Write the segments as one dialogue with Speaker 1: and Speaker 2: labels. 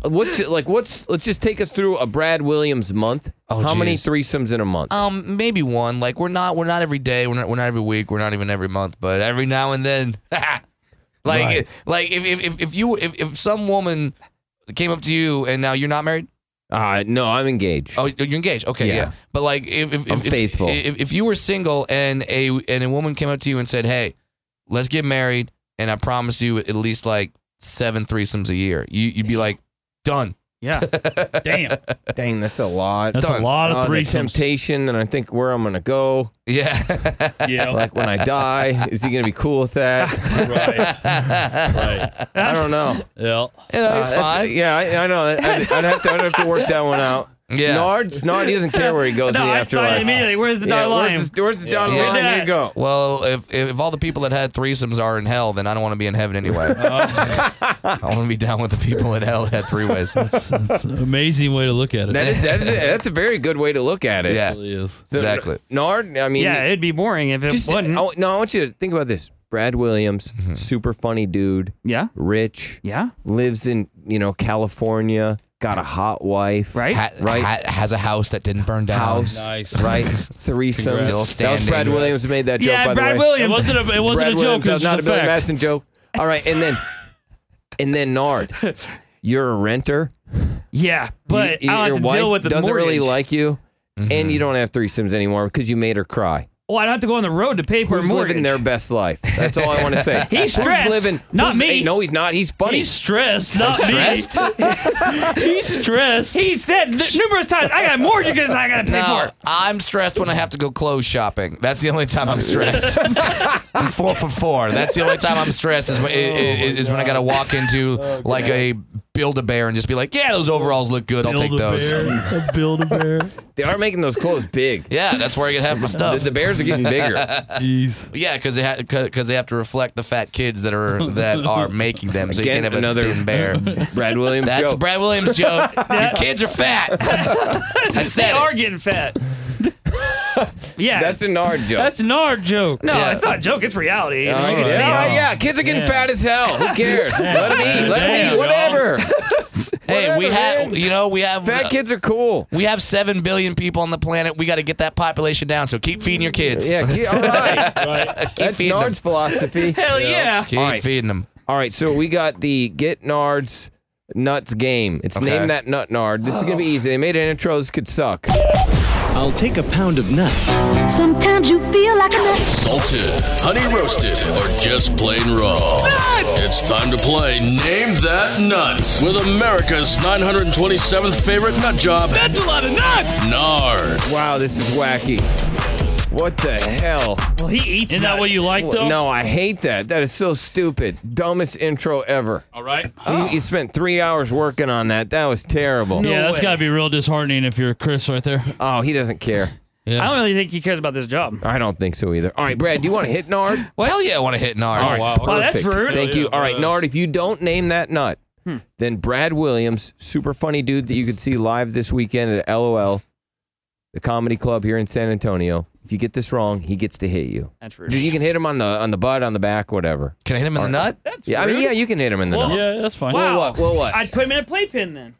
Speaker 1: what's it like? What's let's just take us through a Brad Williams month.
Speaker 2: Oh,
Speaker 1: How many
Speaker 2: geez.
Speaker 1: threesomes in a month?
Speaker 3: Oh.
Speaker 2: Um, maybe one. Like we're not we're not every day. We're not we're not every week. We're not even every month. But every now and then, like
Speaker 3: Right.
Speaker 2: like if if if- if you if, if some woman came up to you and now you're not married.
Speaker 1: Uh, no, I'm engaged.
Speaker 2: Oh, you're engaged. Okay, yeah.
Speaker 1: Yeah.
Speaker 2: But like if if,
Speaker 1: I'm
Speaker 2: if,
Speaker 1: faithful.
Speaker 2: If, if, you were single and a and a woman came up to you and said, "Hey, let's get married," and I promise you at least like seven threesomes a year, you you'd be like, done.
Speaker 3: Yeah. Damn.
Speaker 1: Dang, that's a lot.
Speaker 3: That's
Speaker 2: Done.
Speaker 3: a lot
Speaker 1: Uh,
Speaker 3: of
Speaker 1: the
Speaker 3: threesomes.
Speaker 1: temptation, and I think where I'm gonna go.
Speaker 2: Yeah.
Speaker 3: Yeah.
Speaker 1: Like when I die, is he gonna be cool with that?
Speaker 4: Right. right.
Speaker 1: I don't know.
Speaker 3: Yeah.
Speaker 2: You know, you're
Speaker 1: Uh, that's-
Speaker 2: fine.
Speaker 1: Yeah, I, I know. I'd, I'd have to, I'd have to work that one out.
Speaker 2: Yeah.
Speaker 1: Nards, Nard, he doesn't care where he goes
Speaker 3: No,
Speaker 1: in the
Speaker 3: I
Speaker 1: afterlife.
Speaker 3: saw it immediately. Where's the
Speaker 1: yeah,
Speaker 3: dollar line?
Speaker 1: where's the, where's the down
Speaker 2: Yeah.
Speaker 1: line?
Speaker 3: Yeah.
Speaker 1: Here you go.
Speaker 2: Well, if, if if all the people that had threesomes are in hell, then I don't want to be in heaven anyway. I want to be down with the people in hell that had three ways.
Speaker 3: It's an amazing way to look at it.
Speaker 1: That is, that is, that's a very good way to look at it.
Speaker 2: Yeah,
Speaker 3: really is.
Speaker 1: So,
Speaker 2: exactly.
Speaker 1: Nard, I mean,
Speaker 3: Yeah, it'd be boring if it
Speaker 1: just oh,
Speaker 3: wasn't.
Speaker 1: I, no. I want you to think about this. Brad Williams, super funny dude,
Speaker 3: Yeah.
Speaker 1: rich,
Speaker 3: Yeah.
Speaker 1: lives in you know California, got a hot wife,
Speaker 3: Right.
Speaker 2: Ha-
Speaker 1: Right.
Speaker 2: ha- has a house that didn't burn down.
Speaker 1: House,
Speaker 3: Oh,
Speaker 4: Nice.
Speaker 1: right? Threesomes.
Speaker 2: Still
Speaker 1: That was
Speaker 2: standing.
Speaker 1: Brad Williams who made that joke.
Speaker 3: yeah,
Speaker 1: by
Speaker 3: Brad
Speaker 1: the way.
Speaker 3: Williams. It wasn't a, it wasn't
Speaker 1: Brad
Speaker 3: a joke.
Speaker 1: Williams,
Speaker 3: It
Speaker 1: that was
Speaker 3: was
Speaker 1: not
Speaker 3: just
Speaker 1: a Billy
Speaker 3: fact.
Speaker 1: Madison joke. All right, and then and then Nard, you're a renter.
Speaker 3: Yeah, but
Speaker 1: Y- y-
Speaker 3: I
Speaker 1: your
Speaker 3: don't have to
Speaker 1: wife
Speaker 3: deal with the
Speaker 1: doesn't
Speaker 3: mortgage.
Speaker 1: really like you, and
Speaker 3: Mm-hmm.
Speaker 1: you don't have threesomes anymore because you made her cry.
Speaker 3: well, I don't have to go on the road to pay for a
Speaker 1: Who's
Speaker 3: mortgage.
Speaker 1: living their best life? That's all I want to say.
Speaker 3: He's
Speaker 1: Who's
Speaker 3: stressed,
Speaker 1: living?
Speaker 3: not
Speaker 1: who's-
Speaker 3: me.
Speaker 1: hey, no, he's not. He's funny.
Speaker 3: He's stressed, not
Speaker 1: stressed?
Speaker 3: me. He's stressed. He said th- numerous times, "I got mortgages, I got to pay for."
Speaker 2: No,
Speaker 3: it."
Speaker 2: I'm stressed when I have to go clothes shopping. That's the only time I'm stressed. I'm four for four. That's the only time I'm stressed is when, i- i- is, when I got to walk into like a build a bear and just be like, yeah, those overalls look good. I'll take those.
Speaker 4: Build a bear.
Speaker 1: they are making those clothes big.
Speaker 2: Yeah, that's where I can have my
Speaker 1: The,
Speaker 2: stuff.
Speaker 1: the bears are getting bigger.
Speaker 3: Jeez.
Speaker 2: Yeah, because they have because they have to reflect the fat kids that are that are making them. So
Speaker 1: Again,
Speaker 2: you can't have
Speaker 1: another-
Speaker 2: a thin bear.
Speaker 1: Brad Williams
Speaker 2: That's
Speaker 1: joke.
Speaker 2: Brad Williams' joke. Your kids are fat. I
Speaker 3: They
Speaker 2: said
Speaker 3: are
Speaker 2: it.
Speaker 3: getting fat. yeah,
Speaker 1: That's a Nard joke.
Speaker 3: that's an R joke. No,
Speaker 2: Yeah.
Speaker 3: it's not a joke. It's reality.
Speaker 1: all
Speaker 3: You
Speaker 1: right,
Speaker 3: can see
Speaker 1: Oh, yeah, all
Speaker 3: it.
Speaker 1: right, yeah, kids are getting
Speaker 3: Yeah.
Speaker 1: fat as hell. Who cares? Let them eat. Let them
Speaker 3: Damn,
Speaker 1: eat. Whatever.
Speaker 2: Hey, we
Speaker 1: Whatever,
Speaker 2: have
Speaker 1: man.
Speaker 2: you know we have uh,
Speaker 1: Fat kids are cool.
Speaker 2: We have seven billion people on the planet. We got to get that population down. So keep feeding your kids.
Speaker 1: Yeah, ke- all right.
Speaker 4: Right.
Speaker 1: That's
Speaker 2: feeding
Speaker 1: Nard's philosophy.
Speaker 3: Hell yeah.
Speaker 2: keep
Speaker 1: All right.
Speaker 2: feeding them.
Speaker 1: All right, so we got the Get Nard's Nuts game. It's
Speaker 2: Okay.
Speaker 1: name that nut nard. This is gonna be easy. They made an intro. This could suck.
Speaker 5: I'll take a pound of nuts.
Speaker 6: Sometimes you feel like a nut.
Speaker 7: Salted, honey roasted, or just plain raw. It's time to play Name That Nut with America's 927th favorite nut job. That's a lot of nuts! Nard.
Speaker 1: Wow, this is wacky. What the hell?
Speaker 3: Well, he eats. Isn't that what you like though?
Speaker 1: No, I hate that. That is so stupid. Dumbest intro ever.
Speaker 3: All right. Oh.
Speaker 1: You, you spent three hours working on that. That was terrible.
Speaker 3: yeah, that's got to be real disheartening if you're Chris right there.
Speaker 1: Oh, he doesn't care.
Speaker 3: I don't really think he cares about this job.
Speaker 1: I don't think so either. All right, Brad, do you want to hit Nard?
Speaker 2: Hell yeah, I want to hit Nard.
Speaker 3: Wow, Oh, that's
Speaker 1: Perfect.
Speaker 3: rude.
Speaker 1: Thank you.
Speaker 4: Yeah,
Speaker 1: All right,
Speaker 4: that
Speaker 1: Nard, if you don't name that nut,
Speaker 3: Hmm.
Speaker 1: then Brad Williams, super funny dude that you could see live this weekend at LOL, the comedy club here in San Antonio. If you get this wrong, he gets to hit you.
Speaker 3: That's
Speaker 1: Dude,
Speaker 3: rude.
Speaker 1: you can hit him on the on the butt, on the back, whatever.
Speaker 2: Can I hit him in the nut?
Speaker 1: Yeah, I mean, yeah, you can hit him in the
Speaker 3: Well,
Speaker 1: nut.
Speaker 4: Yeah, that's fine.
Speaker 3: Wow.
Speaker 1: Well, what? Well, what?
Speaker 3: I'd put him in a playpen then.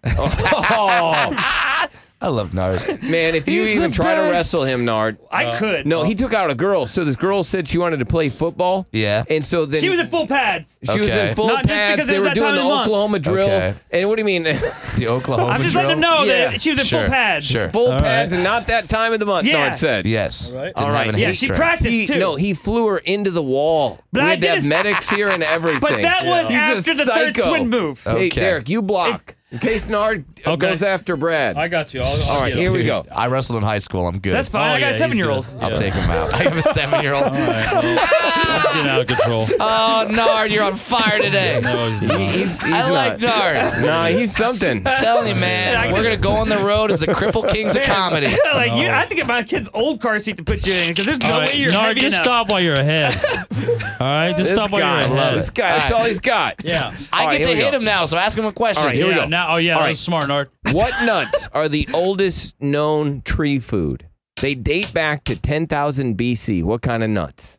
Speaker 2: I love Nard.
Speaker 1: Man, if you
Speaker 2: He's
Speaker 1: even
Speaker 2: the
Speaker 1: try to
Speaker 2: best.
Speaker 1: wrestle him, Nard.
Speaker 3: I could.
Speaker 1: No, he took out a girl. So this girl said she wanted to play football.
Speaker 2: Yeah.
Speaker 1: And so then
Speaker 3: She was in full pads.
Speaker 1: She was
Speaker 2: Okay.
Speaker 1: in full
Speaker 3: Not just because
Speaker 1: pads.
Speaker 3: it
Speaker 1: They were
Speaker 3: was that
Speaker 1: doing
Speaker 3: time
Speaker 1: the
Speaker 3: of the month.
Speaker 1: Oklahoma drill.
Speaker 2: Okay.
Speaker 1: And what do you mean?
Speaker 2: The Oklahoma
Speaker 3: I'm just
Speaker 2: drill.
Speaker 3: letting him know
Speaker 1: Yeah.
Speaker 3: that she was in
Speaker 2: Sure.
Speaker 3: full pads.
Speaker 2: Sure.
Speaker 1: full
Speaker 3: All
Speaker 1: pads
Speaker 3: right.
Speaker 1: and not that time of the month.
Speaker 3: Yeah.
Speaker 1: Nard said.
Speaker 2: Yes.
Speaker 4: All right.
Speaker 2: Didn't
Speaker 1: All
Speaker 2: have
Speaker 1: right.
Speaker 2: an
Speaker 3: Yeah,
Speaker 2: hip
Speaker 3: she
Speaker 2: strength.
Speaker 3: practiced
Speaker 1: He,
Speaker 3: too.
Speaker 1: no, he flew her into the wall.
Speaker 3: But
Speaker 1: we
Speaker 3: I
Speaker 1: had to have
Speaker 3: did-
Speaker 1: medics here and everything.
Speaker 3: but that was
Speaker 1: He's a
Speaker 3: after the third
Speaker 1: psycho.
Speaker 3: swing move.
Speaker 1: Hey,
Speaker 2: Okay.
Speaker 1: Derek, you block in case Nard uh,
Speaker 4: Okay.
Speaker 1: goes after Brad.
Speaker 4: I got you. I'll, I'll
Speaker 1: All right,
Speaker 4: get
Speaker 1: here
Speaker 4: him.
Speaker 1: we go.
Speaker 2: I wrestled in high school. I'm good.
Speaker 3: That's fine. I
Speaker 4: Oh, yeah,
Speaker 3: got a
Speaker 4: he's
Speaker 3: seven year old.
Speaker 4: good.
Speaker 2: I'll
Speaker 4: Yeah.
Speaker 2: take him out. I have a seven year old.
Speaker 4: All right, well, get out of control.
Speaker 2: Oh, Nard, you're on fire today.
Speaker 4: No, he's not.
Speaker 1: He's, he's
Speaker 2: I like
Speaker 1: not.
Speaker 2: Nard.
Speaker 1: Nah, he's something.
Speaker 2: I'm telling you,
Speaker 3: Yeah,
Speaker 2: man,
Speaker 3: I
Speaker 2: we're gonna
Speaker 3: just-
Speaker 2: go on the road as the cripple kings of comedy.
Speaker 3: like you, I have to get my kid's old car seat to put you in because there's no
Speaker 4: All
Speaker 3: way
Speaker 4: right,
Speaker 3: you're
Speaker 4: Nard,
Speaker 3: heavy
Speaker 4: just
Speaker 3: enough.
Speaker 4: stop while you're ahead. All right, just
Speaker 1: This
Speaker 4: stop while
Speaker 1: guy,
Speaker 4: you're ahead.
Speaker 1: this guy, that's all he's got.
Speaker 4: Yeah.
Speaker 2: I
Speaker 1: All right,
Speaker 2: get to
Speaker 1: here we
Speaker 2: hit
Speaker 1: go.
Speaker 2: him now, so ask him a question.
Speaker 1: All right, here we
Speaker 4: yeah,
Speaker 1: go.
Speaker 4: Now, oh yeah,
Speaker 1: All
Speaker 4: that
Speaker 1: right.
Speaker 4: was smart, Nard.
Speaker 1: What nuts are the oldest known tree food? They date back to 10,000 BC. What kind of nuts?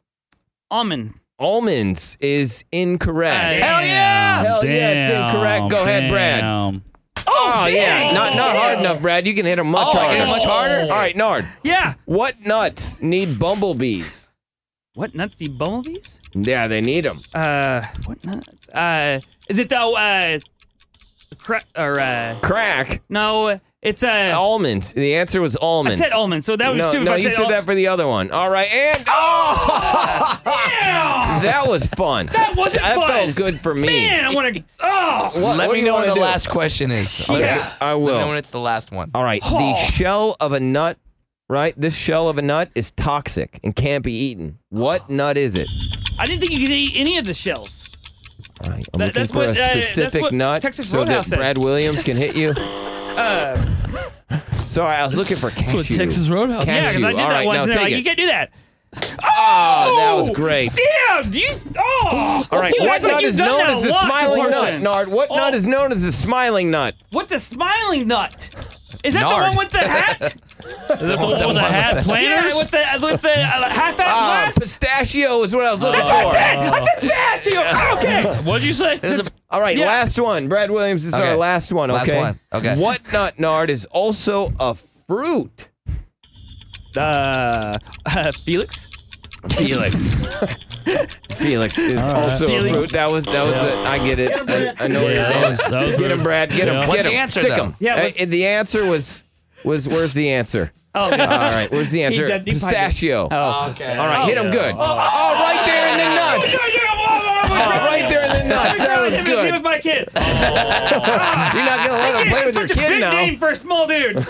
Speaker 3: Almond.
Speaker 1: Almonds is incorrect.
Speaker 3: Hey.
Speaker 2: Hell yeah!
Speaker 1: Hell yeah, it's incorrect. Go ahead, Brad.
Speaker 4: Damn.
Speaker 1: Oh, yeah. Not not hard enough, Brad. You can hit them much
Speaker 2: Oh, I
Speaker 1: harder.
Speaker 2: can hit 'em much harder?
Speaker 1: All right, Nard.
Speaker 3: Yeah.
Speaker 1: What nuts need bumblebees?
Speaker 3: What nuts? The bumblebees?
Speaker 1: Yeah, they need them.
Speaker 3: Uh, what nuts? Uh, is it though? Uh, cra- or uh,
Speaker 1: Crack.
Speaker 3: no, it's uh,
Speaker 1: Almonds. The answer was
Speaker 3: I
Speaker 1: almonds.
Speaker 3: said almonds, so that was
Speaker 1: no,
Speaker 3: stupid.
Speaker 1: no,
Speaker 3: if I
Speaker 1: you
Speaker 3: said
Speaker 1: said
Speaker 3: al-
Speaker 1: that for the other one. All right, and oh, that was fun. That
Speaker 3: wasn't
Speaker 1: That
Speaker 3: fun.
Speaker 1: felt good for me.
Speaker 3: Man, I want to. Oh,
Speaker 1: What-
Speaker 2: Let
Speaker 1: what do
Speaker 2: me
Speaker 1: you
Speaker 2: know when
Speaker 1: wanna
Speaker 2: the
Speaker 1: do?
Speaker 2: last question is. Let me-
Speaker 3: Yeah.
Speaker 1: I
Speaker 2: Let me know
Speaker 1: will.
Speaker 2: when it's the Oh. last one.
Speaker 1: All right, the shell of a nut. Right, this shell of a nut is toxic and can't be eaten. What nut is it?
Speaker 3: I didn't think you could eat any of the shells.
Speaker 1: All right, I'm
Speaker 3: That-
Speaker 1: looking
Speaker 3: that's
Speaker 1: for
Speaker 3: what,
Speaker 1: a
Speaker 3: uh, that's
Speaker 1: specific
Speaker 3: what
Speaker 1: nut
Speaker 3: Texas
Speaker 1: so that
Speaker 3: Roadhouse said.
Speaker 1: Brad Williams can hit you. Uh, Sorry, I was looking for cashew.
Speaker 4: what Texas Roadhouse-
Speaker 3: Yeah,
Speaker 1: Cashew.
Speaker 3: because I did
Speaker 1: All
Speaker 3: that
Speaker 1: right,
Speaker 3: once.
Speaker 1: now
Speaker 3: and they're
Speaker 1: take
Speaker 3: like,
Speaker 1: it.
Speaker 3: you can't do that.
Speaker 1: Oh, that was
Speaker 3: Oh!
Speaker 1: great.
Speaker 3: Damn, you. Oh,
Speaker 1: All right,
Speaker 3: you
Speaker 1: what
Speaker 3: act like
Speaker 1: nut
Speaker 3: you've
Speaker 1: is
Speaker 3: done
Speaker 1: known
Speaker 3: that a
Speaker 1: as the
Speaker 3: lot, Oh.
Speaker 1: smiling nut,
Speaker 3: Carson.
Speaker 1: Nard? What nut is known as the smiling nut?
Speaker 3: What's a smiling nut? Is that
Speaker 2: Nard.
Speaker 3: the one with the hat?
Speaker 4: The one with the hat planners?
Speaker 3: Yeah, with the with the uh, half hat
Speaker 1: Ah,
Speaker 3: glass.
Speaker 1: pistachio is what I was looking
Speaker 3: That's
Speaker 1: for.
Speaker 3: what I said. I said pistachio. Okay.
Speaker 4: What'd you say?
Speaker 2: This is a-
Speaker 1: All right,
Speaker 3: Yeah.
Speaker 1: last one. Brad Williams this is
Speaker 2: Okay.
Speaker 1: our last one.
Speaker 2: Last
Speaker 1: Okay.
Speaker 2: one, okay.
Speaker 1: What nut, Nard, is also a fruit?
Speaker 3: Uh, uh, Felix.
Speaker 1: Felix. Felix is also
Speaker 3: Felix.
Speaker 1: a fruit. That was that was. A, I get it. I, I know what
Speaker 4: Yeah,
Speaker 1: it
Speaker 4: that
Speaker 1: is.
Speaker 4: was- that was
Speaker 1: Get
Speaker 4: very-
Speaker 1: him, Brad. Get him.
Speaker 4: Yeah.
Speaker 1: Get
Speaker 2: What's
Speaker 1: him.
Speaker 2: the answer,
Speaker 1: Stick
Speaker 2: though?
Speaker 1: him.
Speaker 3: Yeah,
Speaker 1: Uh,
Speaker 3: what's-
Speaker 1: the answer was was where's the answer?
Speaker 3: Oh,
Speaker 1: All right, where's the answer?
Speaker 3: did- he found it.
Speaker 1: Pistachio.
Speaker 3: Oh.
Speaker 2: Okay.
Speaker 1: All right, hit him good. Oh, right there in the nuts. Oh, right there in the nuts. That was
Speaker 3: He
Speaker 1: good.
Speaker 3: was my kid.
Speaker 1: You're not gonna let him play with your
Speaker 3: Such a
Speaker 1: kid
Speaker 3: big
Speaker 1: now.
Speaker 3: name for a small dude.